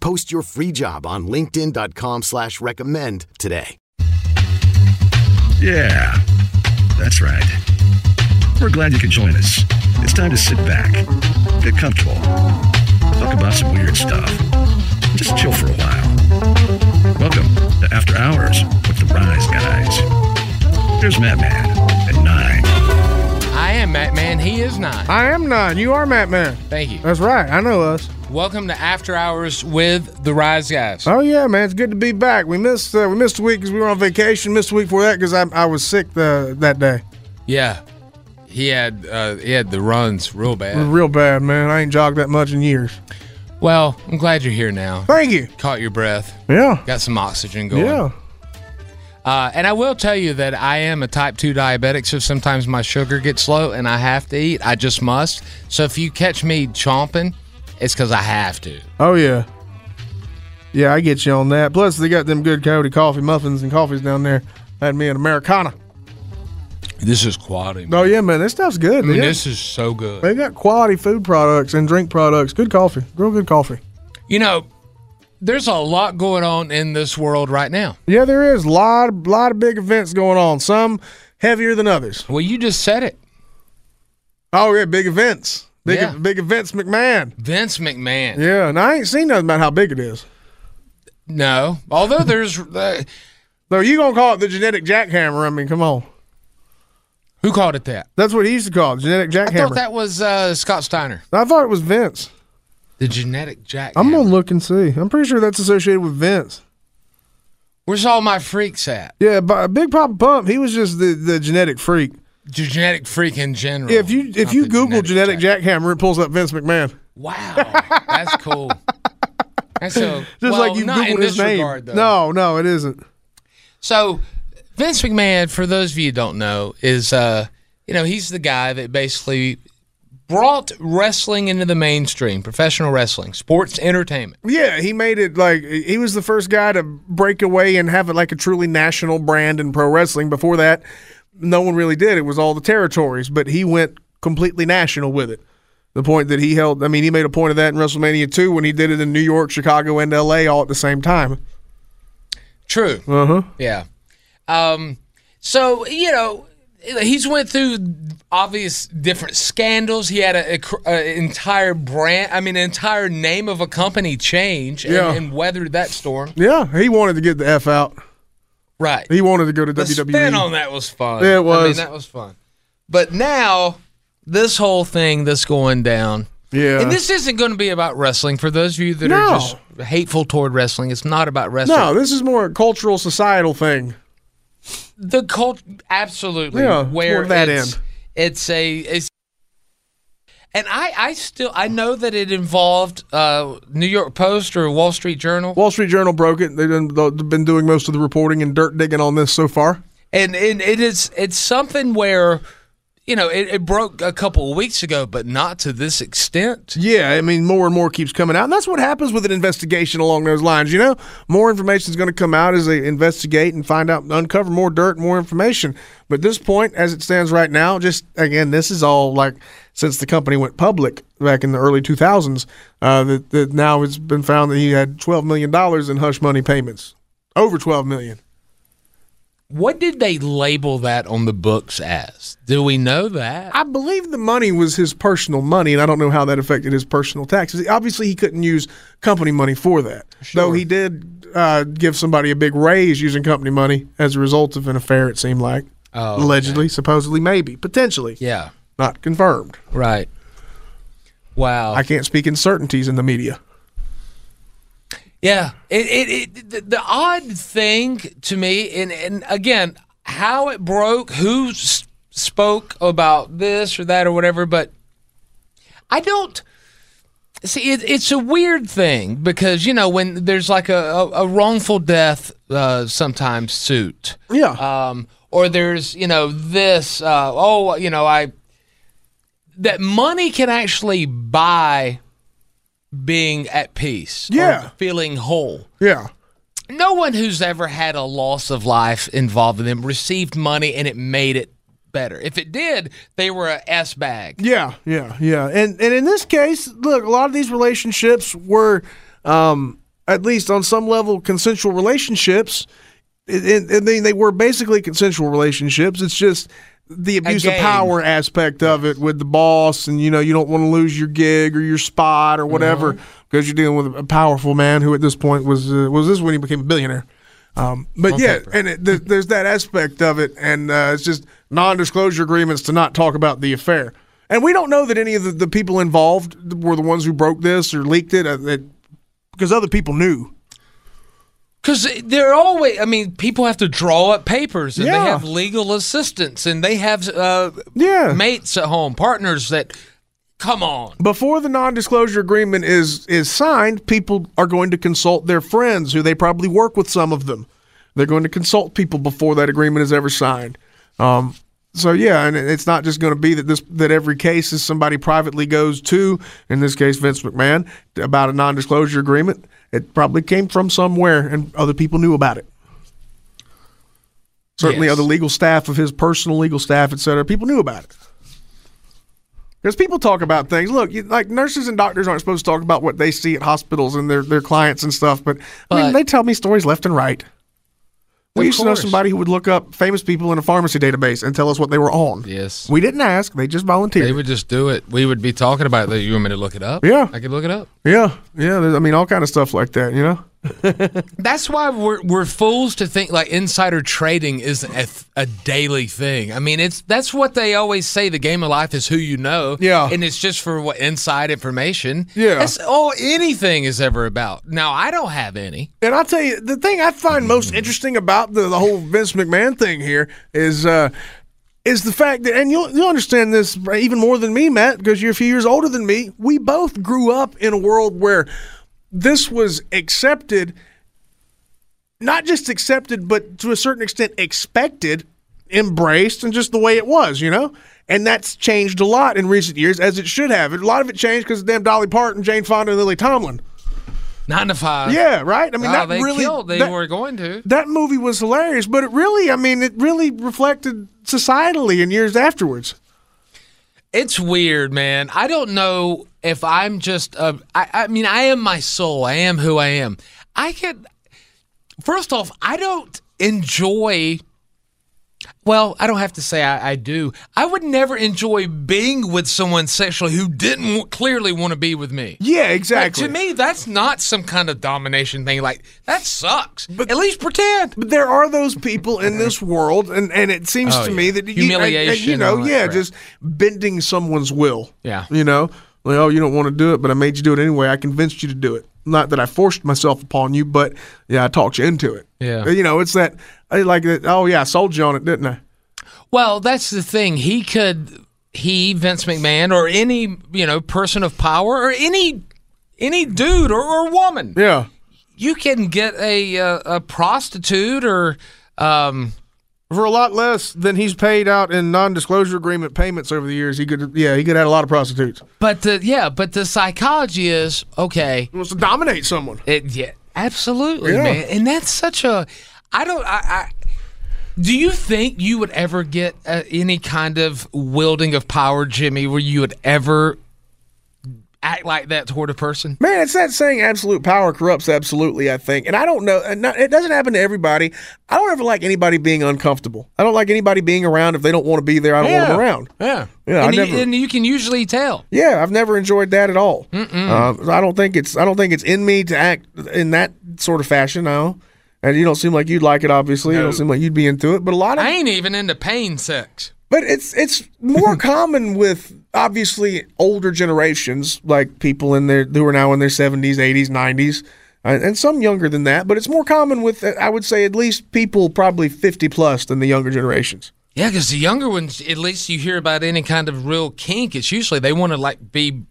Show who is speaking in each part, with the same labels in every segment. Speaker 1: Post your free job on linkedin.com slash recommend today.
Speaker 2: Yeah, that's right. We're glad you could join us. It's time to sit back, get comfortable, talk about some weird stuff, and just chill for a while. Welcome to After Hours with the Rise Guys. Here's Madman at 9.
Speaker 3: I am Matt Man. He is not.
Speaker 4: I am nine. You are Matt Man.
Speaker 3: Thank you.
Speaker 4: That's right. I know us.
Speaker 3: Welcome to After Hours with the Rise Guys.
Speaker 4: Oh yeah, man. It's good to be back. We missed uh, we missed a week because we were on vacation. Missed a week for that because I, I was sick the, that day.
Speaker 3: Yeah, he had uh, he had the runs real
Speaker 4: It was
Speaker 3: bad.
Speaker 4: real bad, man. I ain't jogged that much in years.
Speaker 3: Well, I'm glad you're here now.
Speaker 4: Thank you.
Speaker 3: Caught your breath.
Speaker 4: Yeah.
Speaker 3: Got some oxygen going.
Speaker 4: Yeah.
Speaker 3: Uh, and I will tell you that I am a type 2 diabetic, so sometimes my sugar gets low and I have to eat. I just must. So if you catch me chomping, it's because I have to.
Speaker 4: Oh yeah. Yeah, I get you on that. Plus, they got them good Coyote coffee muffins and coffees down there. Had me an Americana.
Speaker 3: This is quality.
Speaker 4: Oh yeah, man. This stuff's
Speaker 3: I
Speaker 4: good.
Speaker 3: mean,
Speaker 4: They got-
Speaker 3: this is so good.
Speaker 4: they got quality food products and drink products. Good coffee. Real good coffee.
Speaker 3: You know, there's a lot going on in this world right now.
Speaker 4: Yeah, there is a lot, lot of big events going on. Some heavier than others.
Speaker 3: Well, you just said it.
Speaker 4: Oh yeah, big events. Big
Speaker 3: Yeah.
Speaker 4: big events, McMahon.
Speaker 3: Vince McMahon.
Speaker 4: Yeah, and I ain't seen nothing about how big it is.
Speaker 3: No. Although there's. Uh,
Speaker 4: Though you gonna call it the genetic jackhammer? I mean, come on,
Speaker 3: who called it that?
Speaker 4: that's what he used to call it, genetic
Speaker 3: I
Speaker 4: jackhammer.
Speaker 3: thought that was uh, Scott Steiner.
Speaker 4: I thought it was Vince.
Speaker 3: The genetic jack.
Speaker 4: I'm gonna look and see. I'm pretty sure that's associated with Vince.
Speaker 3: Where's all my freaks at?
Speaker 4: Yeah, but Big Papa Pump, he was just the, the genetic freak.
Speaker 3: Genetic freak in general.
Speaker 4: If you if
Speaker 3: Oh, not
Speaker 4: you
Speaker 3: the
Speaker 4: Google genetic,
Speaker 3: jack-
Speaker 4: jackhammer, it pulls up Vince McMahon.
Speaker 3: Wow, that's cool. And so,
Speaker 4: Just
Speaker 3: well,
Speaker 4: like you
Speaker 3: not
Speaker 4: Googled
Speaker 3: in
Speaker 4: his
Speaker 3: this
Speaker 4: name.
Speaker 3: regard, though.
Speaker 4: no, no, it isn't.
Speaker 3: So, Vince McMahon, for those of you who don't know, is uh, you know he's the guy that basically brought wrestling into the mainstream, professional wrestling, sports entertainment.
Speaker 4: Yeah, he made it like he was the first guy to break away and have it like a truly national brand in pro wrestling. Before that, no one really did. It was all the territories, but he went completely national with it. The point that he held, I mean, he made a point of that in WrestleMania 2 when he did it in New York, Chicago, and LA all at the same time.
Speaker 3: True.
Speaker 4: Uh huh.
Speaker 3: Yeah. Um, so you know, he's went through obvious different scandals. He had a, a cr- a entire brand, I mean, an entire name of a company change, and,
Speaker 4: Yeah.
Speaker 3: and weathered that storm.
Speaker 4: Yeah, he wanted to get the F out.
Speaker 3: Right.
Speaker 4: He wanted to go to
Speaker 3: The
Speaker 4: WWE.
Speaker 3: spin on that was fun.
Speaker 4: E. Yeah,
Speaker 3: I
Speaker 4: it
Speaker 3: mean,
Speaker 4: was.
Speaker 3: that was fun. But now, this whole thing that's going down.
Speaker 4: yeah.
Speaker 3: And this isn't going to be about wrestling. For those of you that
Speaker 4: No.
Speaker 3: are just hateful toward wrestling, it's not about wrestling.
Speaker 4: no, this is more a cultural, societal thing.
Speaker 3: the cult absolutely
Speaker 4: Yeah, it's
Speaker 3: where
Speaker 4: more that
Speaker 3: it's,
Speaker 4: end.
Speaker 3: it's a it's and I, I still I know that it involved uh, New York Post or Wall Street Journal
Speaker 4: Wall Street Journal broke it. They've done- they've been doing most of the reporting and dirt digging on this so far.
Speaker 3: and, and it is it's something where you know it, it broke a couple of weeks ago but not to this extent
Speaker 4: Yeah, I mean, more and more keeps coming out. And that's what happens with an investigation along those lines. You know, more information is going to come out as they investigate and find out, uncover more dirt, more information. But at this point, as it stands right now, just again, this is all like since the company went public back in the early 2000s, uh, that, that now it's been found that he had $12 million in hush money payments, over $12 million.
Speaker 3: What did they label that on the books as? Do we know that?
Speaker 4: I believe the money was his personal money, and I don't know how that affected his personal taxes. Obviously, he couldn't use company money for that, though he did uh, give somebody a big raise using company money as a result of an affair. It seemed like
Speaker 3: Oh, okay.
Speaker 4: allegedly, supposedly, maybe, potentially,
Speaker 3: yeah.
Speaker 4: not confirmed.
Speaker 3: Right. Wow.
Speaker 4: I can't speak in certainties in the media.
Speaker 3: Yeah, it, it, it the, the odd thing to me, and and again, how it broke, who s- spoke about this or that or whatever, but I don't see. It, it's a weird thing because you know when there's like a, a, a wrongful death uh, sometimes suit,
Speaker 4: Yeah,
Speaker 3: um, or there's you know this. Uh, oh, you know I that money can actually buy being at peace or
Speaker 4: Yeah.
Speaker 3: feeling whole
Speaker 4: yeah.
Speaker 3: no one who's ever had a loss of life involving them received money and it made it better if it did they were a s bag
Speaker 4: Yeah, yeah, yeah. And and in this case, look, a lot of these relationships were, um, at least on some level, consensual relationships. It- it- and they, they were basically consensual relationships. It's just the abuse of
Speaker 3: game.
Speaker 4: power aspect of it with the boss, and you know you don't want to lose your gig or your spot or whatever because you're dealing with a powerful man who at this point was uh, was this when he became a billionaire. Um, but yeah, and it, there, there's that aspect of it, and uh, it's just non-disclosure agreements to not talk about the affair. And we don't know that any of the, the people involved were the ones who broke this or leaked it, uh, that, because other people knew.
Speaker 3: because they're always i mean people have to draw up papers and
Speaker 4: Yeah.
Speaker 3: they have legal assistants and they have uh,
Speaker 4: Yeah.
Speaker 3: mates at home partners that come on
Speaker 4: Before the non-disclosure agreement is is signed, people are going to consult their friends, who they probably work with. Some of them, they're going to consult people before that agreement is ever signed. Um, so yeah, and it- it's not just going to be that this that every case is somebody privately goes to. In this case, Vince McMahon about a non-disclosure agreement. It probably came from somewhere, and other people knew about it. Certainly,
Speaker 3: Yes.
Speaker 4: other legal staff of his personal legal staff, et cetera, people knew about it. Because people talk about things. Look, you, like nurses and doctors aren't supposed to talk about what they see at hospitals and their, their clients and stuff, but, I
Speaker 3: But-
Speaker 4: mean, they tell me stories left and right. We
Speaker 3: Of
Speaker 4: used to know
Speaker 3: course.
Speaker 4: somebody who would look up famous people in a pharmacy database and tell us what they were on.
Speaker 3: Yes.
Speaker 4: We didn't ask, they just volunteered.
Speaker 3: they would just do it we would be talking about that you want me to look it up
Speaker 4: Yeah.
Speaker 3: i could look it up
Speaker 4: yeah, yeah. there's- I mean, all kind of stuff like that, you know?
Speaker 3: That's why we're we're fools to think like insider trading isn't a, th- a daily thing. I mean, it's that's what they always say. The game of life is who you know.
Speaker 4: Yeah.
Speaker 3: and it's just for what inside information.
Speaker 4: Yeah.
Speaker 3: that's all anything is ever about. Now, I don't have any.
Speaker 4: And I'll tell you, the thing I find most interesting about the, the whole Vince McMahon thing here is uh, is the fact that, and you'll, you'll understand this even more than me, Matt, because you're a few years older than me. We both grew up in a world where this was accepted, not just accepted, but to a certain extent expected, embraced, and just the way it was, you know? And that's changed a lot in recent years, as it should have. A lot of it changed because of damn Dolly Parton, Jane Fonda, and Lily Tomlin.
Speaker 3: Nine to five.
Speaker 4: Yeah, right? I mean,
Speaker 3: Oh,
Speaker 4: that
Speaker 3: they
Speaker 4: really.
Speaker 3: killed. They
Speaker 4: that-
Speaker 3: were going to.
Speaker 4: that movie was hilarious, but it really, I mean, it really reflected societally in years afterwards.
Speaker 3: It's weird, man. I don't know if I'm just a. I, I mean, I am my soul. I am who I am. I can. First off, I don't enjoy. Well, I don't have to say I, I do. I would never enjoy being with someone sexually who didn't w- clearly want to be with me.
Speaker 4: Yeah,
Speaker 3: Like,
Speaker 4: exactly.
Speaker 3: to me, that's not some kind of domination thing. Like that sucks. But at least pretend.
Speaker 4: but there are those people in this world, and, and it seems
Speaker 3: Oh,
Speaker 4: to
Speaker 3: yeah.
Speaker 4: me that you- and- and, you
Speaker 3: Humiliation,
Speaker 4: know,
Speaker 3: all that
Speaker 4: yeah,
Speaker 3: crap.
Speaker 4: just bending someone's will.
Speaker 3: Yeah.
Speaker 4: you know, like oh, you don't want to do it, but I made you do it anyway. I convinced you to do it. Not that I forced myself upon you, but yeah, I talked you into it.
Speaker 3: Yeah.
Speaker 4: you know, it's that I like that. Oh yeah, I sold you on it, didn't I?
Speaker 3: Well, that's the thing. He could he Vince McMahon or any you know person of power or any any dude or, or woman.
Speaker 4: Yeah,
Speaker 3: You can get a uh, a prostitute or um
Speaker 4: for a lot less than he's paid out in non-disclosure agreement payments over the years. He could, yeah, he could have had a lot of prostitutes.
Speaker 3: but the yeah, but the psychology is okay.
Speaker 4: He wants to dominate someone.
Speaker 3: It, yeah, absolutely,
Speaker 4: Yeah.
Speaker 3: man. And that's such a. I don't. I. I do you think you would ever get uh, any kind of wielding of power, Jimmy, where you would ever act like that toward a person?
Speaker 4: Man, it's that saying absolute power corrupts absolutely, I think. And I don't know, and not, it doesn't happen to everybody. I don't ever like anybody being uncomfortable. I don't like anybody being around if they don't want to be there. I don't want them around.
Speaker 3: Yeah.
Speaker 4: Yeah, I
Speaker 3: and, you,
Speaker 4: never-
Speaker 3: and you can usually tell.
Speaker 4: Yeah, I've never enjoyed that at all. Uh, I don't think it's I don't think it's in me to act in that sort of fashion. No, and you don't seem like you'd like it. Obviously, you don't seem like you'd be into it. But a lot of
Speaker 3: I ain't even into pain sex.
Speaker 4: but it's it's more common with obviously older generations, like people in their who are now in their seventies, eighties, nineties, uh, and and some younger than that. But it's more common with uh, I would say at least people probably fifty plus than the younger generations.
Speaker 3: Yeah, because the younger ones, at least you hear about any kind of real kink, it's usually they want to like be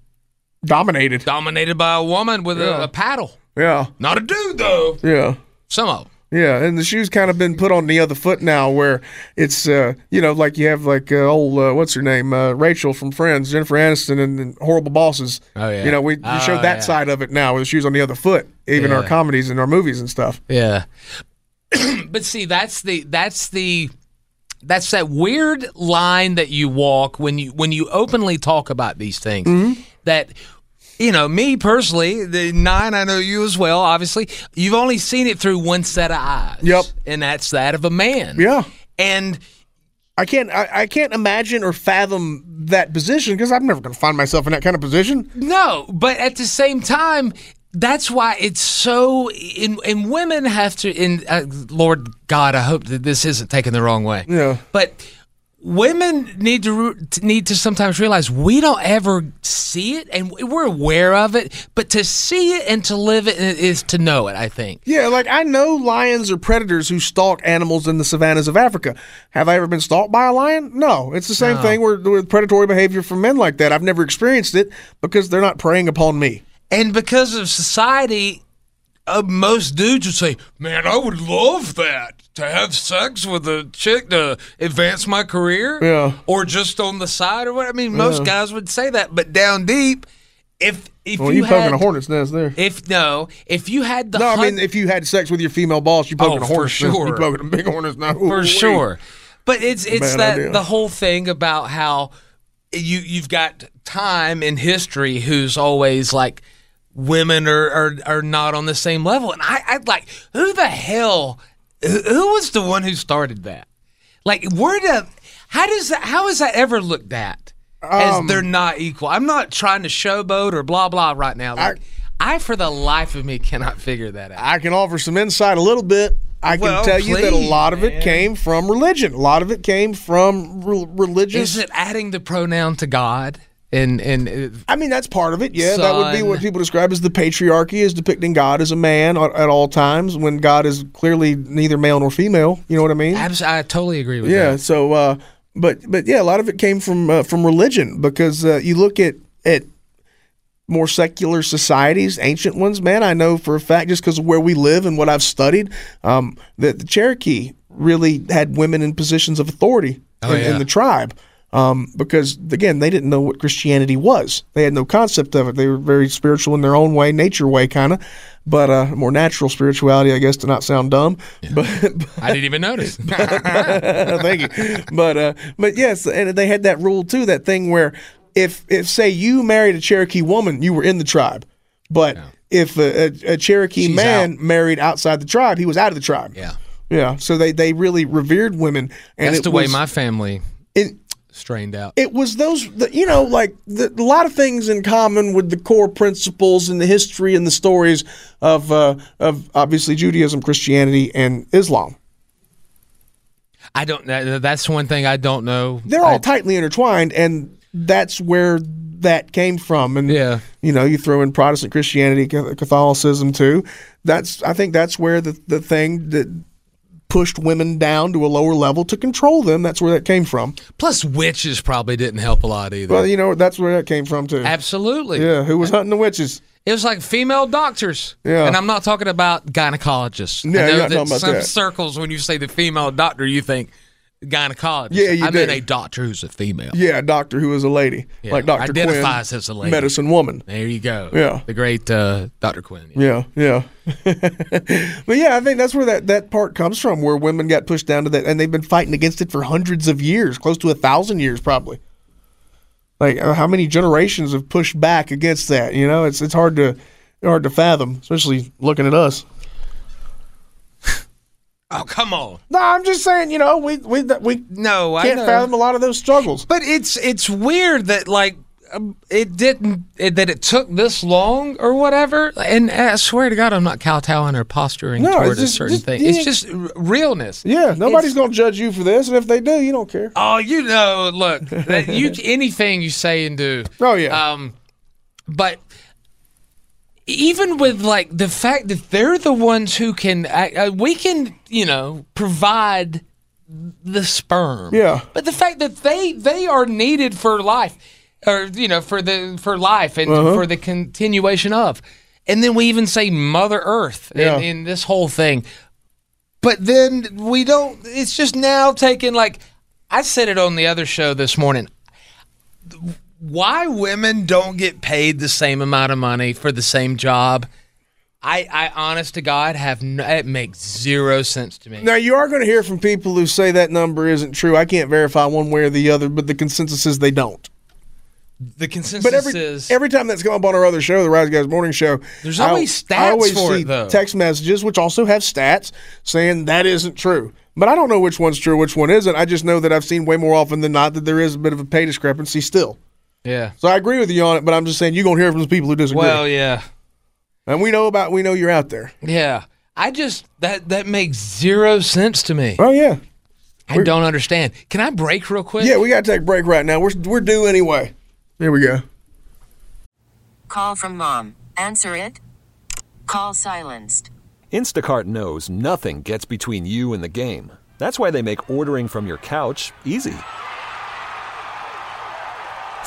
Speaker 4: Dominated.
Speaker 3: dominated by a woman with a, a paddle.
Speaker 4: Yeah,
Speaker 3: Not a dude though.
Speaker 4: yeah.
Speaker 3: Some of them.
Speaker 4: Yeah, and the shoe's kind of been put on the other foot now, where it's uh, you know like you have like uh, old uh, what's her name uh, Rachel from Friends, Jennifer Aniston, and, and horrible bosses.
Speaker 3: Oh, yeah.
Speaker 4: you know we you
Speaker 3: Oh,
Speaker 4: showed that
Speaker 3: yeah.
Speaker 4: side of it now with the shoes on the other foot, even our
Speaker 3: Yeah.
Speaker 4: comedies and our movies and stuff.
Speaker 3: Yeah. but see, that's the that's the that's that weird line that you walk when you when you openly talk about these things that you know me personally the nine i know you as well obviously you've only seen it through one set of eyes
Speaker 4: Yep.
Speaker 3: and that's that of a man
Speaker 4: Yeah.
Speaker 3: and
Speaker 4: I can't I, I can't imagine or fathom that position because I'm never going to find myself in that kind of position.
Speaker 3: No, but at the same time, that's why it's so. In and women have to. In uh, Lord God, I hope that this isn't taken the wrong way.
Speaker 4: Yeah.
Speaker 3: But women need to re- to- need to sometimes realize we don't ever see it, and we're aware of it. But to see it and to live it is to know it. I think.
Speaker 4: Yeah, like I know lions are predators who stalk animals in the savannas of Africa. Have I ever been stalked by a lion? No. It's the same thing with, with predatory behavior from men like that. I've never experienced it because they're not preying upon me.
Speaker 3: And because of society, uh, most dudes would say, "Man, I would love that to have sex with a chick to advance my career,
Speaker 4: Yeah.
Speaker 3: or just on the side or whatever." I mean, most guys would say that, but down deep, if if
Speaker 4: Well,
Speaker 3: you
Speaker 4: you're
Speaker 3: had
Speaker 4: poking a hornet's nest there.
Speaker 3: if no, if you had the
Speaker 4: No, I
Speaker 3: hun-
Speaker 4: mean, if you had sex with your female boss, you're poking
Speaker 3: Oh,
Speaker 4: a
Speaker 3: for
Speaker 4: hornet's nest.
Speaker 3: sure.
Speaker 4: You're poking a big hornet's nest.
Speaker 3: for sure. But it's it's
Speaker 4: Bad
Speaker 3: that
Speaker 4: idea.
Speaker 3: the whole thing about how you you've got time in history who's always like women are are, are not on the same level, and I I like who the hell who, who was the one who started that? Like where the how does that how is that ever looked at as
Speaker 4: Um,
Speaker 3: they're not equal? I'm not trying to showboat or blah blah right now. Like, I, for the life of me cannot figure that out.
Speaker 4: I can offer some insight a little bit. I can
Speaker 3: Well,
Speaker 4: tell you that a
Speaker 3: please,
Speaker 4: lot of it came from religion. A lot of it came from re- religious
Speaker 3: Is it adding the pronoun to God and and uh,
Speaker 4: I mean, that's part of it. Yeah, that would be
Speaker 3: Son.
Speaker 4: what people describe as the patriarchy, is depicting God as a man at, at all times when God is clearly neither male nor female. You know what I mean?
Speaker 3: Abs- I totally agree with
Speaker 4: Yeah.
Speaker 3: that.
Speaker 4: So, uh, but but yeah, a lot of it came from uh, from religion because uh, you look at at more secular societies, ancient ones. Man, I know for a fact just because of where we live and what I've studied, um, that the Cherokee really had women in positions of authority
Speaker 3: Oh,
Speaker 4: in, in the tribe. Um, because again, they didn't know what Christianity was. They had no concept of it. They were very spiritual in their own way, nature way, kind of, but uh, more natural spirituality, I guess, to not sound dumb. But,
Speaker 3: I didn't even notice.
Speaker 4: Thank you. But uh, but yes, and they had that rule too. That thing where if if say you married a Cherokee woman, you were in the tribe. But if a, a, a Cherokee
Speaker 3: She's
Speaker 4: man
Speaker 3: out.
Speaker 4: married outside the tribe, he was out of the tribe.
Speaker 3: yeah,
Speaker 4: Yeah. So they they really revered women. And
Speaker 3: that's
Speaker 4: it
Speaker 3: the way
Speaker 4: was-
Speaker 3: my family
Speaker 4: it-
Speaker 3: strained out.
Speaker 4: it was those the, you know like the, a lot of things in common with the core principles and the history and the stories of uh, of obviously Judaism, Christianity, and Islam.
Speaker 3: I don't. that- That's one thing I don't know.
Speaker 4: they're all
Speaker 3: I-
Speaker 4: tightly intertwined, and that's where that came from. And
Speaker 3: Yeah.
Speaker 4: you know, you throw in Protestant Christianity, Ca- Catholicism too. That's I think that's where the the thing that pushed women down to a lower level to control them. That's where that came from.
Speaker 3: plus, witches probably didn't help a lot either.
Speaker 4: Well, you know, that's where that came from too.
Speaker 3: Absolutely.
Speaker 4: Yeah, who was hunting the witches?
Speaker 3: It was like female doctors.
Speaker 4: Yeah.
Speaker 3: And I'm not talking about gynecologists. I
Speaker 4: Yeah, you're
Speaker 3: know
Speaker 4: not
Speaker 3: that
Speaker 4: talking about
Speaker 3: some
Speaker 4: that.
Speaker 3: circles, when you say the female doctor, you think gynecologist.
Speaker 4: Yeah, you
Speaker 3: I mean
Speaker 4: do.
Speaker 3: a doctor who's a female.
Speaker 4: Yeah, a doctor who was a lady,
Speaker 3: Yeah,
Speaker 4: like Doctor Quinn,
Speaker 3: identifies as a lady.
Speaker 4: medicine woman.
Speaker 3: There you go.
Speaker 4: Yeah.
Speaker 3: The great uh, Dr. Quinn.
Speaker 4: Yeah, yeah. but yeah, I think that's where that, that part comes from, where women got pushed down to that, and they've been fighting against it for hundreds of years, close to a thousand years, probably. Like uh, how many generations have pushed back against that? You know, it's it's hard to hard to fathom, especially looking at us.
Speaker 3: Oh, come on.
Speaker 4: No, I'm just saying, you know, we we we
Speaker 3: No, I
Speaker 4: can't
Speaker 3: know.
Speaker 4: fathom a lot of those struggles.
Speaker 3: But it's it's weird that like um, it didn't it, that it took this long or whatever. And eh, I swear to God, I'm not kowtowing or posturing
Speaker 4: No,
Speaker 3: toward
Speaker 4: it's
Speaker 3: a
Speaker 4: just-
Speaker 3: certain
Speaker 4: just-
Speaker 3: thing.
Speaker 4: yeah.
Speaker 3: It's just r- realness.
Speaker 4: Yeah, nobody's
Speaker 3: It's-
Speaker 4: gonna judge you for this, and if they do, you don't care.
Speaker 3: Oh, you know, look, that you anything you say and do.
Speaker 4: Oh, yeah.
Speaker 3: Um, but even with like the fact that they're the ones who can, I, I, we can, you know, provide the sperm.
Speaker 4: Yeah.
Speaker 3: But the fact that they they are needed for life, or you know, for the for life and
Speaker 4: Uh-huh.
Speaker 3: for the continuation of, and then we even say Mother Earth
Speaker 4: Yeah.
Speaker 3: in, in this whole thing. But then we don't. It's just now taking like I said it on the other show this morning. Why women don't get paid the same amount of money for the same job? I, I honest to God, have no, it makes zero sense to me.
Speaker 4: Now you are going to hear from people who say that number isn't true. I can't verify one way or the other, but the consensus is they don't.
Speaker 3: The consensus
Speaker 4: But every
Speaker 3: is
Speaker 4: every time that's come up on our other show, the Rise Guys Morning Show,
Speaker 3: There's
Speaker 4: I-
Speaker 3: always stats
Speaker 4: I always
Speaker 3: for it,
Speaker 4: see
Speaker 3: though.
Speaker 4: text messages which also have stats saying that isn't true. But I don't know which one's true, which one isn't. I just know that I've seen way more often than not that there is a bit of a pay discrepancy still.
Speaker 3: yeah.
Speaker 4: So I agree with you on it, but I'm just saying you're gonna hear from the people who disagree.
Speaker 3: Well, yeah,
Speaker 4: and we know about we know you're out there.
Speaker 3: yeah. I just that that makes zero sense to me.
Speaker 4: Oh yeah,
Speaker 3: I don't understand. Can I break real quick?
Speaker 4: yeah. We gotta take a break right now. We're we're due anyway. Here we go.
Speaker 5: Call from mom. Answer it. Call silenced.
Speaker 6: Instacart knows nothing gets between you and the game. That's why they make ordering from your couch easy.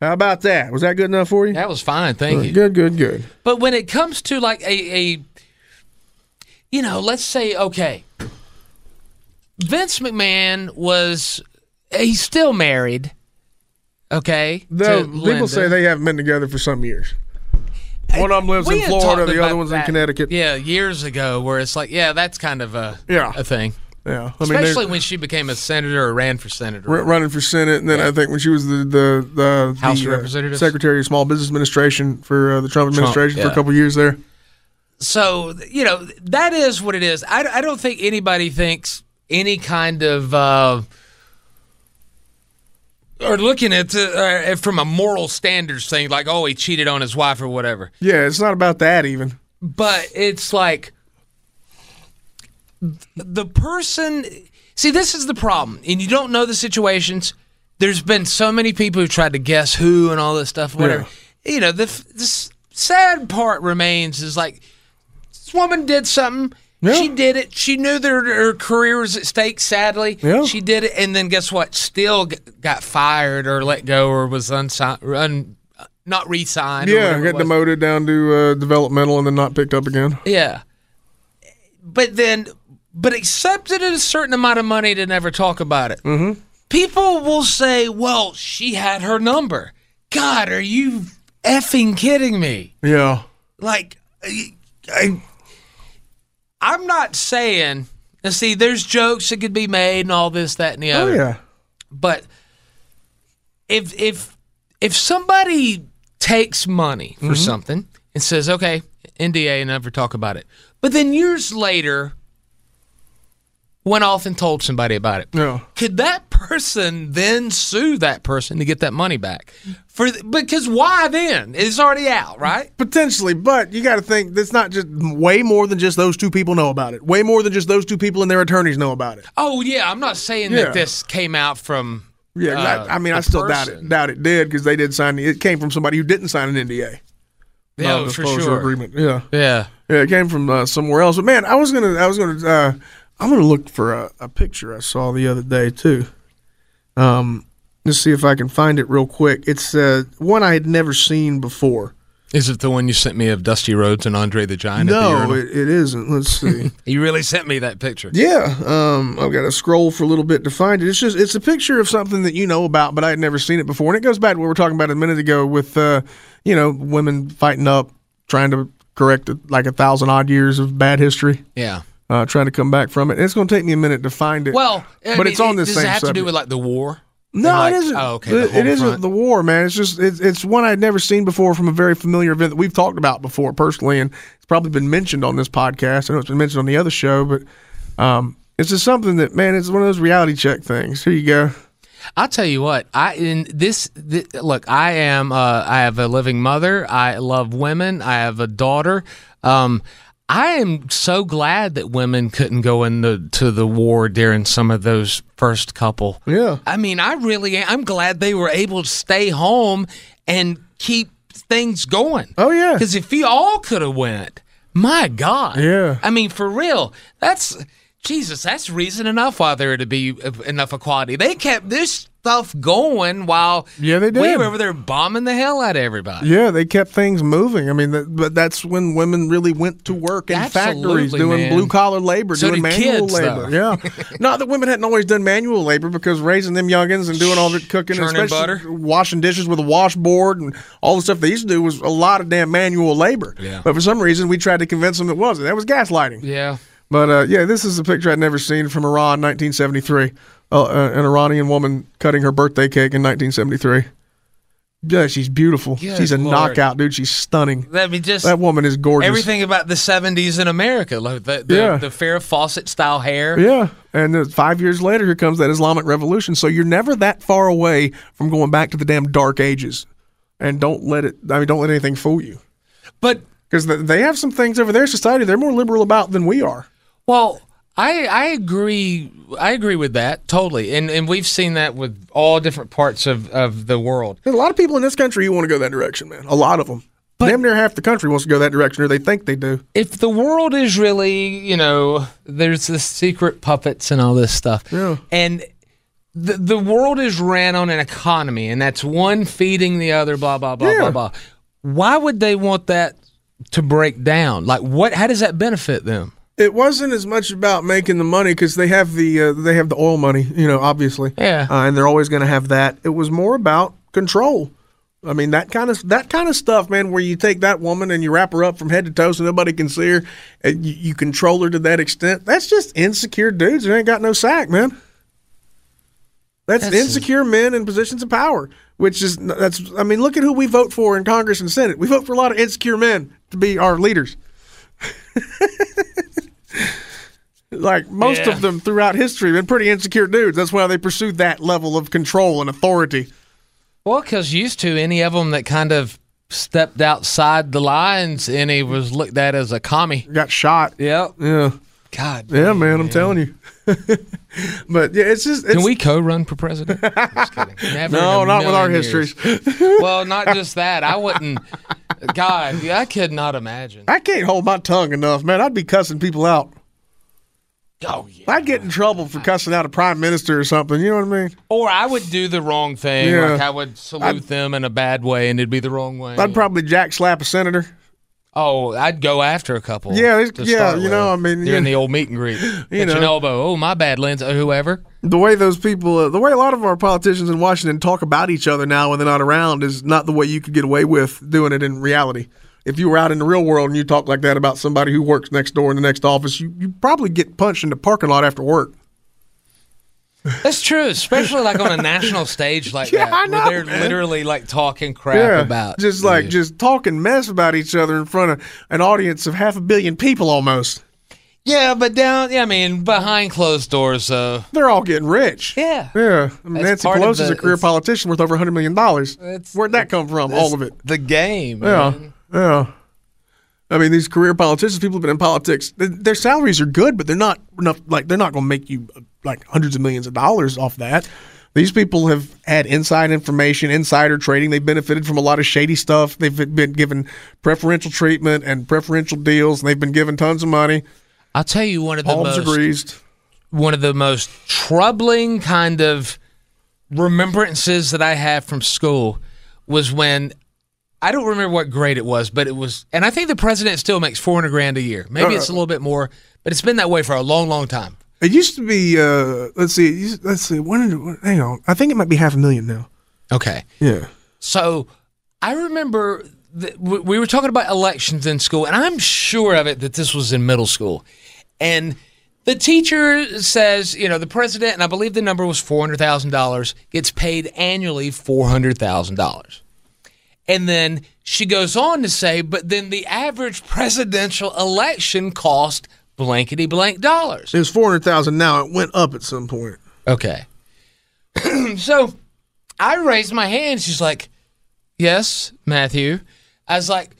Speaker 4: How about that? Was that good enough for you?
Speaker 3: That was fine. Thank you.
Speaker 4: Good, good, good.
Speaker 3: But when it comes to like a, a you know, let's say okay, Vince McMahon was eh, he's still married. Okay,
Speaker 4: Though
Speaker 3: to
Speaker 4: people
Speaker 3: Linda.
Speaker 4: say they haven't been together for some years. One of them lives
Speaker 3: We
Speaker 4: in
Speaker 3: had
Speaker 4: Florida,
Speaker 3: talked
Speaker 4: the other
Speaker 3: about
Speaker 4: one's in
Speaker 3: that,
Speaker 4: Connecticut.
Speaker 3: Yeah, years ago, where it's like, yeah, that's kind of a
Speaker 4: Yeah.
Speaker 3: a thing.
Speaker 4: yeah. I mean,
Speaker 3: Especially
Speaker 4: they-
Speaker 3: when she became a senator or ran for senator.
Speaker 4: r- running for senate, and then I think when she was the the, the
Speaker 3: House
Speaker 4: the,
Speaker 3: of
Speaker 4: uh,
Speaker 3: Representatives?
Speaker 4: secretary of Small Business Administration for uh, the Trump administration for
Speaker 3: yeah.
Speaker 4: a couple years there.
Speaker 3: so you know that is what it is. I, I don't think anybody thinks any kind of uh, or looking at the, uh, from a moral standards thing, like oh he cheated on his wife or whatever.
Speaker 4: Yeah, it's not about that even.
Speaker 3: But it's like the person. See, this is the problem, and you don't know the situations. There's been so many people who tried to guess who and all this stuff, whatever. You know, the, f- the s- sad part remains is like this woman did something. She did it. She knew that her, her career was at stake. Sadly,
Speaker 4: Yeah.
Speaker 3: she did it, and then guess what? Still g- got fired or let go or was unsigned, un, not re-signed. or
Speaker 4: Yeah,
Speaker 3: whatever it
Speaker 4: got
Speaker 3: was.
Speaker 4: demoted down to uh, developmental and then not picked up again.
Speaker 3: Yeah. But then, but accepted at a certain amount of money to never talk about it. Mm-hmm. People will say, well, she had her number. God, are you effing kidding me?
Speaker 4: Yeah,
Speaker 3: Like, I, I- I'm not saying, Now, see, there's jokes that could be made and all this, that, and the
Speaker 4: Oh
Speaker 3: other.
Speaker 4: yeah.
Speaker 3: But if if if somebody takes money
Speaker 4: Mm-hmm.
Speaker 3: for something and says, "Okay, NDA, and never talk about it," but then years later went off and told somebody about it,
Speaker 4: Yeah.
Speaker 3: could that person then sue that person to get that money back? For th- because why then? It's already out, right?
Speaker 4: Potentially, but you got to think that's not just way more than just those two people know about it. Way more than just those two people and their attorneys know about it.
Speaker 3: Oh yeah, I'm not saying
Speaker 4: Yeah.
Speaker 3: that this came out from.
Speaker 4: Yeah,
Speaker 3: uh,
Speaker 4: I, I mean,
Speaker 3: the
Speaker 4: I still doubt
Speaker 3: person.
Speaker 4: it. Doubt it did because they did sign. the- It came from somebody who didn't sign an NDA.
Speaker 3: Yeah, oh, for
Speaker 4: Non-disclosure
Speaker 3: sure.
Speaker 4: Agreement. Yeah,
Speaker 3: Yeah.
Speaker 4: yeah, it came from uh, somewhere else. But man, I was gonna, I was gonna, uh, I'm gonna look for a, a picture I saw the other day too. Um, let's see if I can find it real quick. It's uh, one I had never seen before.
Speaker 3: Is it the one you sent me of Dusty Rhodes and Andre the Giant? at the
Speaker 4: no,
Speaker 3: urinal?
Speaker 4: it, it isn't. Let's see.
Speaker 3: you really sent me that picture.
Speaker 4: Yeah, um, I've got to scroll for a little bit to find it. It's just it's a picture of something that you know about, but I had never seen it before, and it goes back to what we were talking about a minute ago with uh, you know women fighting up, trying to correct like a thousand odd years of bad history,
Speaker 3: Yeah.
Speaker 4: uh, trying to come back from it. And it's going to take me a minute to find it.
Speaker 3: Well, I
Speaker 4: but
Speaker 3: mean,
Speaker 4: it's on
Speaker 3: it-
Speaker 4: this
Speaker 3: Does
Speaker 4: same
Speaker 3: it have to do
Speaker 4: subject.
Speaker 3: with like the war?
Speaker 4: No,
Speaker 3: And, like,
Speaker 4: it isn't.
Speaker 3: Oh, okay.
Speaker 4: The-
Speaker 3: The, whole
Speaker 4: it isn't
Speaker 3: front.
Speaker 4: the war, man. It's just it's, it's one I'd never seen before from a very familiar event that we've talked about before personally, and it's probably been mentioned on this podcast. I know it's been mentioned on the other show, but um, it's just something that man, it's one of those reality check things. Here you go.
Speaker 3: I'll tell you what. I in this th- look. I am. Uh, I have a living mother. I love women. I have a daughter. Um, I am so glad that women couldn't go into to the war during some of those first couple.
Speaker 4: Yeah.
Speaker 3: I mean, I really. Am, I'm glad they were able to stay home and keep things going.
Speaker 4: Oh, yeah.
Speaker 3: Because if you all could have went, my God.
Speaker 4: Yeah.
Speaker 3: I mean, for real. That's Jesus. That's reason enough why there to be enough equality. They kept this stuff going while
Speaker 4: Yeah, they
Speaker 3: we
Speaker 4: did.
Speaker 3: were over there bombing the hell out of everybody.
Speaker 4: Yeah, they kept things moving. I mean, that, but that's when women really went to work in factories
Speaker 3: Absolutely,
Speaker 4: doing
Speaker 3: man.
Speaker 4: blue collar labor,
Speaker 3: So did
Speaker 4: doing manual
Speaker 3: kids,
Speaker 4: labor.
Speaker 3: though.
Speaker 4: Yeah, not that women hadn't always done manual labor because raising them youngins and doing all the cooking, and
Speaker 3: Churning
Speaker 4: especially
Speaker 3: butter.
Speaker 4: washing dishes with a washboard and all the stuff they used to do was a lot of damn manual labor.
Speaker 3: Yeah.
Speaker 4: But for some reason, we tried to convince them it wasn't. That was gaslighting.
Speaker 3: Yeah.
Speaker 4: But uh, yeah, this is a picture I'd never seen from Iran, 1973. Uh, uh, an Iranian woman cutting her birthday cake in 1973. Yeah, she's beautiful.
Speaker 3: Good
Speaker 4: she's a
Speaker 3: Lord.
Speaker 4: knockout, dude. She's stunning.
Speaker 3: That mean, just
Speaker 4: That woman is gorgeous.
Speaker 3: everything about the '70s in America. Like the, the,
Speaker 4: Yeah.
Speaker 3: the Farrah Fawcett style hair.
Speaker 4: Yeah. And then five years later, here comes that Islamic revolution. So you're never that far away from going back to the damn dark ages. And don't let it, I mean, don't let anything fool you.
Speaker 3: But
Speaker 4: Because they have some things over their society they're more liberal about than we are.
Speaker 3: Well, I I agree I agree with that totally, and and we've seen that with all different parts of of the world.
Speaker 4: There's a lot of people in this country who want to go that direction, man. A lot of them. Damn near half the country wants to go that direction, or they think they do.
Speaker 3: If the world is really you know there's the secret puppets and all this stuff,
Speaker 4: Yeah.
Speaker 3: and the the world is ran on an economy, and that's one feeding the other, blah blah blah
Speaker 4: Yeah.
Speaker 3: blah blah. Why would they want that to break down? Like what? How does that benefit them?
Speaker 4: It wasn't as much about making the money because they have the uh, they have the oil money, you know, obviously.
Speaker 3: Yeah.
Speaker 4: Uh, and they're always going to have that. It was more about control. I mean that kind of that kind of stuff, man. Where you take that woman and you wrap her up from head to toe so nobody can see her, and you, you control her to that extent. That's just insecure dudes who ain't got no sack, man. That's,
Speaker 3: That's-
Speaker 4: insecure men in positions of power, which is that's. I mean, look at who we vote for in Congress and Senate. We vote for a lot of insecure men to be our leaders. like most
Speaker 3: Yeah.
Speaker 4: of them throughout history, have been pretty insecure dudes. That's why they pursued that level of control and authority.
Speaker 3: Well, because used to any of them that kind of stepped outside the lines, and he was looked at as a commie.
Speaker 4: Got shot.
Speaker 3: Yep.
Speaker 4: Yeah,
Speaker 3: God.
Speaker 4: yeah, man. I'm telling you. but yeah, it's just it's,
Speaker 3: Can we co-run for president? Just kidding. Never in
Speaker 4: no,
Speaker 3: a
Speaker 4: not with our
Speaker 3: million
Speaker 4: histories.
Speaker 3: years. well, not just that. I wouldn't. God, yeah, I could not imagine.
Speaker 4: I can't hold my tongue enough, man. I'd be cussing people out.
Speaker 3: Oh yeah.
Speaker 4: I'd get in trouble for cussing out a prime minister or something. You know what I mean?
Speaker 3: Or I would do the wrong thing.
Speaker 4: Yeah.
Speaker 3: Like I would salute them in a bad way, and it'd be the wrong way.
Speaker 4: I'd probably jack slap a senator.
Speaker 3: oh, I'd go after a couple.
Speaker 4: Yeah, there's-
Speaker 3: to
Speaker 4: yeah,
Speaker 3: start
Speaker 4: you know,
Speaker 3: with.
Speaker 4: I mean,
Speaker 3: during
Speaker 4: you-
Speaker 3: the old meet and greet, you
Speaker 4: know.
Speaker 3: an elbow. Oh, my bad, Lindsay. or Whoever.
Speaker 4: The way those people, uh, the way a lot of our politicians in Washington talk about each other now when they're not around is not the way you could get away with doing it in reality. if you were out in the real world and you talk like that about somebody who works next door in the next office, you you probably get punched in the parking lot after work.
Speaker 3: That's true, especially like on a national stage like
Speaker 4: Yeah,
Speaker 3: that,
Speaker 4: I know,
Speaker 3: where they're
Speaker 4: man.
Speaker 3: literally like talking crap about
Speaker 4: just
Speaker 3: you.
Speaker 4: like just talking mess about each other in front of an audience of half a billion people almost.
Speaker 3: yeah, but down. Yeah, I mean behind closed doors uh, though.
Speaker 4: They're all getting rich.
Speaker 3: Yeah.
Speaker 4: Yeah. I mean,
Speaker 3: That's
Speaker 4: Nancy
Speaker 3: part of
Speaker 4: Pelosi's
Speaker 3: the-
Speaker 4: a career
Speaker 3: it's-
Speaker 4: politician worth over $100 million.
Speaker 3: It's-
Speaker 4: Where'd that come from? All of it.
Speaker 3: The game.
Speaker 4: Yeah.
Speaker 3: man.
Speaker 4: Yeah. I mean, these career politicians, people have been in politics. th- Their salaries are good, but they're not enough. Like they're not going to make you uh, like hundreds of millions of dollars off that. These people have had inside information, insider trading. They've benefited from a lot of shady stuff. They've been given preferential treatment and preferential deals, and they've been given tons of money.
Speaker 3: I'll tell you one of the
Speaker 4: Palms are
Speaker 3: most
Speaker 4: greased.
Speaker 3: one of the most troubling kind of remembrances that I have from school was when I don't remember what grade it was, but it was, and I think the president still makes four hundred grand a year. Maybe it's a little bit more, but it's been that way for a long, long time.
Speaker 4: It used to be. Uh, let's see. it used- Let's see. When did, it- hang on. I think it might be half a million now.
Speaker 3: Okay,
Speaker 4: Yeah.
Speaker 3: so I remember that we we were talking about elections in school, and I'm sure of it that this was in middle school, and. The teacher says, you know, the president, and I believe the number was $400,000, gets paid annually $400,000. And then she goes on to say, but then the average presidential election cost blankety blank dollars.
Speaker 4: It was four hundred thousand. Now it went up at some point.
Speaker 3: Okay. so I raised my hand. She's like, Yes, Matthew. I was like,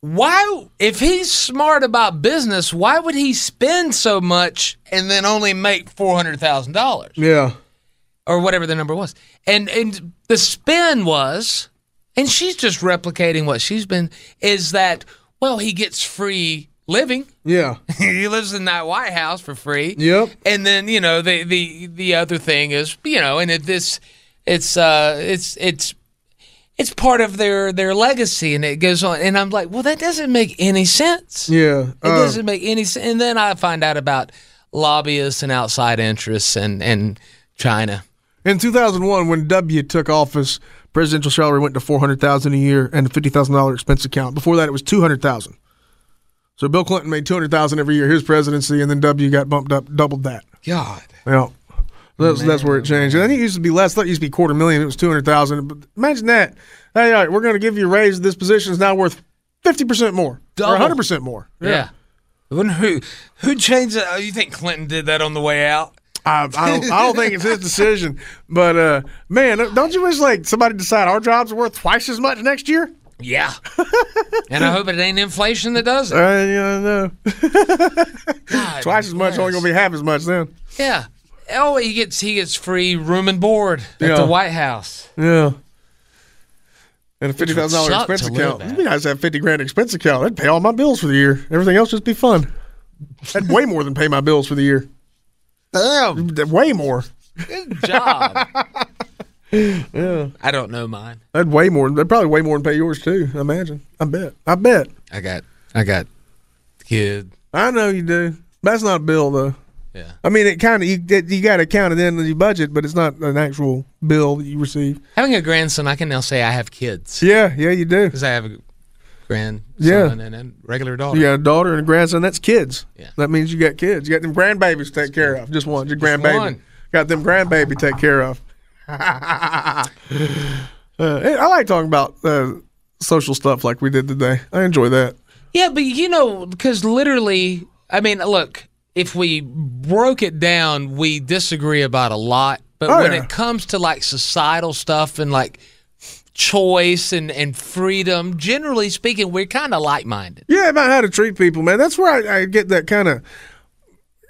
Speaker 3: Why, if he's smart about business, why would he spend so much and then only make $400,000?
Speaker 4: Yeah.
Speaker 3: or whatever the number was. And and the spin was, and she's just replicating what she's been is that well he gets free living.
Speaker 4: Yeah.
Speaker 3: he lives in that White House for free.
Speaker 4: Yep.
Speaker 3: And then you know the the the other thing is you know and it, this it's uh it's it's. It's part of their, their legacy, and it goes on. And I'm like, well, that doesn't make any sense.
Speaker 4: Yeah. Uh,
Speaker 3: It doesn't make any sense. And then I find out about lobbyists and outside interests and, and China.
Speaker 4: In 2001, when W took office, presidential salary went to 400,000 a year and a $50,000 expense account. Before that, it was 200,000. So Bill Clinton made 200,000 every year his presidency, and then W got bumped up, doubled that.
Speaker 3: God.
Speaker 4: Yeah, that's that's where it changed. And I think it used to be less. I thought it used to be quarter million. It was 200,000. But imagine that. Hey, all right, we're going to give you a raise. This position is now worth 50 percent more,
Speaker 3: Double.
Speaker 4: or 100 percent more.
Speaker 3: Yeah. Wouldn't- who who changed that? Oh, you think Clinton did that on the way out?
Speaker 4: I, I, don't, I don't think it's his decision, but uh, man, don't you wish like somebody decide our jobs are worth twice as much next year?
Speaker 3: Yeah. and I hope it ain't inflation that does
Speaker 4: Uh,
Speaker 3: it.
Speaker 4: yeah, no.
Speaker 3: God
Speaker 4: Twice as much, only
Speaker 3: bless.
Speaker 4: gonna be half as much then.
Speaker 3: Yeah. Oh, he gets he gets free room and board at
Speaker 4: Yeah.
Speaker 3: the White House.
Speaker 4: Yeah. And a fifty thousand dollar
Speaker 3: suck to
Speaker 4: expense
Speaker 3: live
Speaker 4: account.
Speaker 3: at.
Speaker 4: It'd be nice to have fifty grand expense account. That'd pay all my bills for the year. Everything else just be fun. That'd way more than pay my bills for the year. Damn, way more.
Speaker 3: Job. yeah. I don't know mine.
Speaker 4: That'd way more. That'd probably way more than pay yours too. I imagine. I bet. I bet.
Speaker 3: I got I got kid.
Speaker 4: I know you do. That's not a bill though.
Speaker 3: Yeah.
Speaker 4: I mean, it kind of you, it- you got to count it in your budget, but it's not an actual bill that you receive.
Speaker 3: Having a grandson, I can now say I have kids
Speaker 4: Yeah, yeah, you do.
Speaker 3: because I have a grandson
Speaker 4: Yeah.
Speaker 3: and a regular daughter.
Speaker 4: You got a daughter and a grandson. That's kids.
Speaker 3: Yeah.
Speaker 4: That means you got kids. You got them grandbabies to take care of. Just one. Just
Speaker 3: Just
Speaker 4: grandbaby.
Speaker 3: one.
Speaker 4: Got them grandbaby to take care of. Uh, hey, I like talking about uh, social stuff like we did today. I enjoy that.
Speaker 3: Yeah, but you know, because literally, I mean, look, if we broke it down, we disagree about a lot. But
Speaker 4: Oh,
Speaker 3: when
Speaker 4: yeah.
Speaker 3: it comes to like societal stuff and like choice and, and freedom, generally speaking, we're kind of like minded.
Speaker 4: Yeah, about how to treat people, man. That's where I, I get that kind of,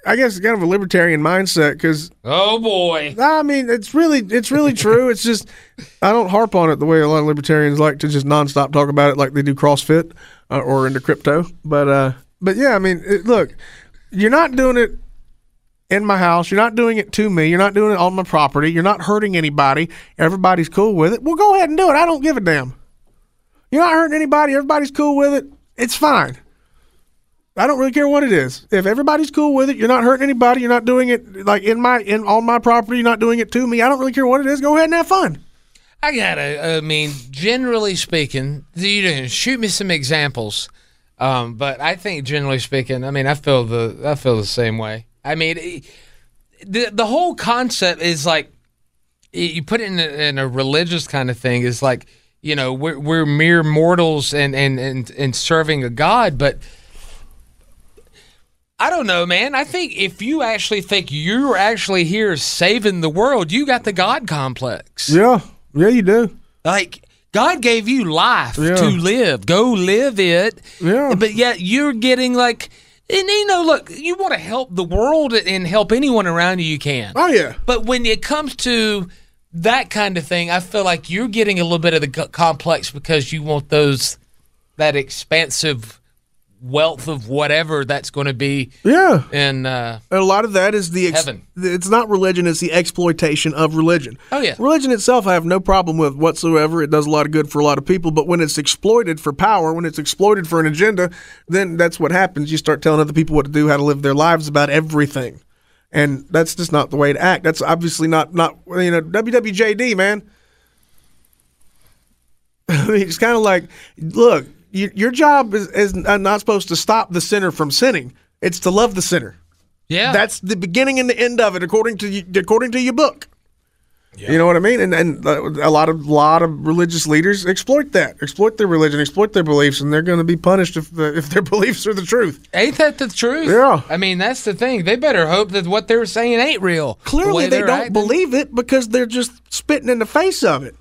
Speaker 4: I guess, kind of a libertarian mindset because
Speaker 3: Oh, boy.
Speaker 4: I mean, it's really it's really true. It's just I don't harp on it the way a lot of libertarians like to just nonstop talk about it, like they do CrossFit uh, or into crypto. But uh, but yeah, I mean, it, look, you're not doing it in my house. You're not doing it to me. You're not doing it on my property. You're not hurting anybody. Everybody's cool with it. Well, go ahead and do it. I don't give a damn. You're not hurting anybody. Everybody's cool with it. It's fine. I don't really care what it is. If everybody's cool with it, you're not hurting anybody. You're not doing it like in my in on my property. You're not doing it to me. I don't really care what it is. Go ahead and have fun.
Speaker 3: I gotta. I mean, generally speaking, you didn't shoot me some examples, um, but I think generally speaking, I mean, I feel the I feel the same way. I mean, it- the the whole concept is like y- you put it in a, in a religious kind of thing. Is like you know we're we're mere mortals and and and, and serving a god, but. I don't know, man. I think if you actually think you're actually here saving the world, you got the God complex.
Speaker 4: Yeah, yeah, you do.
Speaker 3: Like God gave you life
Speaker 4: Yeah.
Speaker 3: to live. Go live it.
Speaker 4: Yeah.
Speaker 3: But yet you're getting like and you know, look, you want to help the world and help anyone around you you can.
Speaker 4: Oh yeah,
Speaker 3: But when it comes to that kind of thing, I feel like you're getting a little bit of the co- complex because you want those that expansive wealth of whatever that's going to be
Speaker 4: yeah.
Speaker 3: in uh
Speaker 4: A lot of that is the ex-
Speaker 3: Heaven.
Speaker 4: it's not religion; it's the exploitation of religion.
Speaker 3: Oh, yeah.
Speaker 4: religion itself I have no problem with whatsoever. It does a lot of good for a lot of people, but when it's exploited for power, when it's exploited for an agenda, then that's what happens. You start telling other people what to do, how to live their lives about everything, and that's just not the way to act. That's obviously not not you know WWJD man. I mean, it's kind of like, look, you, your job is, is not supposed to stop the sinner from sinning. It's to love the sinner.
Speaker 3: yeah.
Speaker 4: That's the beginning and the end of it, according to you, according to your book. You know what I mean? And and a lot of lot of religious leaders exploit that, exploit their religion, exploit their beliefs, and they're going to be punished if the, if their beliefs are the truth.
Speaker 3: Ain't that the truth?
Speaker 4: Yeah.
Speaker 3: I mean, that's the thing. They better hope that what they're saying ain't real. The way
Speaker 4: Clearly, they
Speaker 3: they're
Speaker 4: don't
Speaker 3: acting.
Speaker 4: believe it because they're just spitting in the face of it.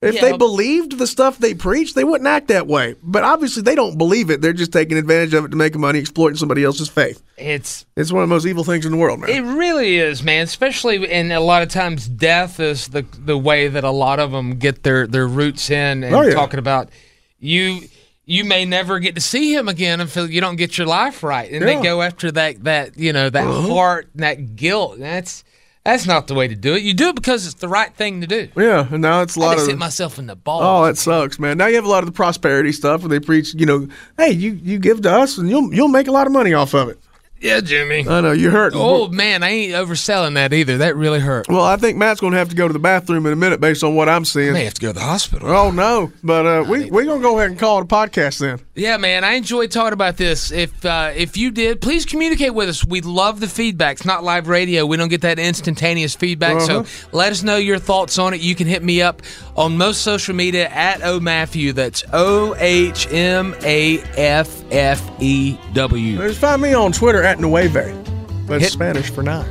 Speaker 4: If
Speaker 3: Yeah,
Speaker 4: they
Speaker 3: but-
Speaker 4: believed the stuff they preach, they wouldn't act that way. But obviously, they don't believe it. They're just taking advantage of it to make money, exploiting somebody else's faith.
Speaker 3: It's
Speaker 4: It's one of the most evil things in the world, man.
Speaker 3: it really is, man. Especially in a lot of times, death is the the way that a lot of them get their their roots in. And
Speaker 4: Oh, yeah.
Speaker 3: talking about you, you may never get to see him again until you don't get your life right, and
Speaker 4: Yeah. Uh-huh.
Speaker 3: they go after that that you know that heart and that guilt. And that's that's not the way to do it. You do it because it's the right thing to do.
Speaker 4: yeah, and now it's a
Speaker 3: I
Speaker 4: lot
Speaker 3: just
Speaker 4: of
Speaker 3: hit myself in the balls.
Speaker 4: Oh, that sucks, man. Now you have a lot of the prosperity stuff where they preach, you know, hey, you, you give to us and you'll you'll make a lot of money off of it.
Speaker 3: yeah, Jimmy.
Speaker 4: I know you're hurting.
Speaker 3: Oh man, I ain't overselling that either. That really hurt.
Speaker 4: Well, I think Matt's gonna have to go to the bathroom in a minute based on what I'm seeing.
Speaker 3: may have to go to the hospital.
Speaker 4: Oh no, but uh, we we're gonna go ahead and call it a podcast then.
Speaker 3: Yeah, man, I enjoyed talking about this. If uh, if you did, please communicate with us. We love the feedback. It's not live radio. We don't get that instantaneous feedback. So let us know your thoughts on it. You can hit me up on most social media at O Matthew. That's O H M A F F E W.
Speaker 4: Just find me on Twitter at Nueve. That's
Speaker 3: Hit-
Speaker 4: Spanish for nine.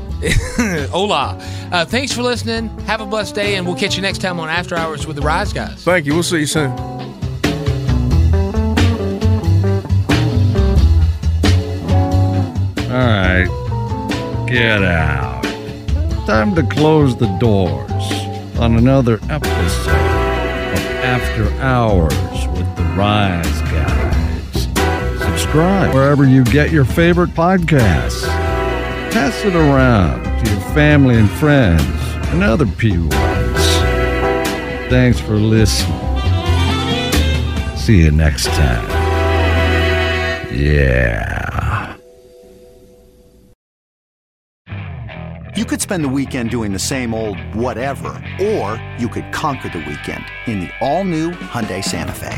Speaker 3: Hola. Uh, thanks for listening. Have a blessed day, and we'll catch you next time on After Hours with the Rise Guys.
Speaker 4: Thank you. We'll see you soon.
Speaker 2: All right. Get out. Time to close the doors on another episode of After Hours with the Rise Guys. Subscribe wherever you get your favorite podcasts. Pass it around to your family and friends and other P1s. Thanks for listening. See you next time. Yeah.
Speaker 7: You could spend the weekend doing the same old whatever, or you could conquer the weekend in the all-new Hyundai Santa Fe.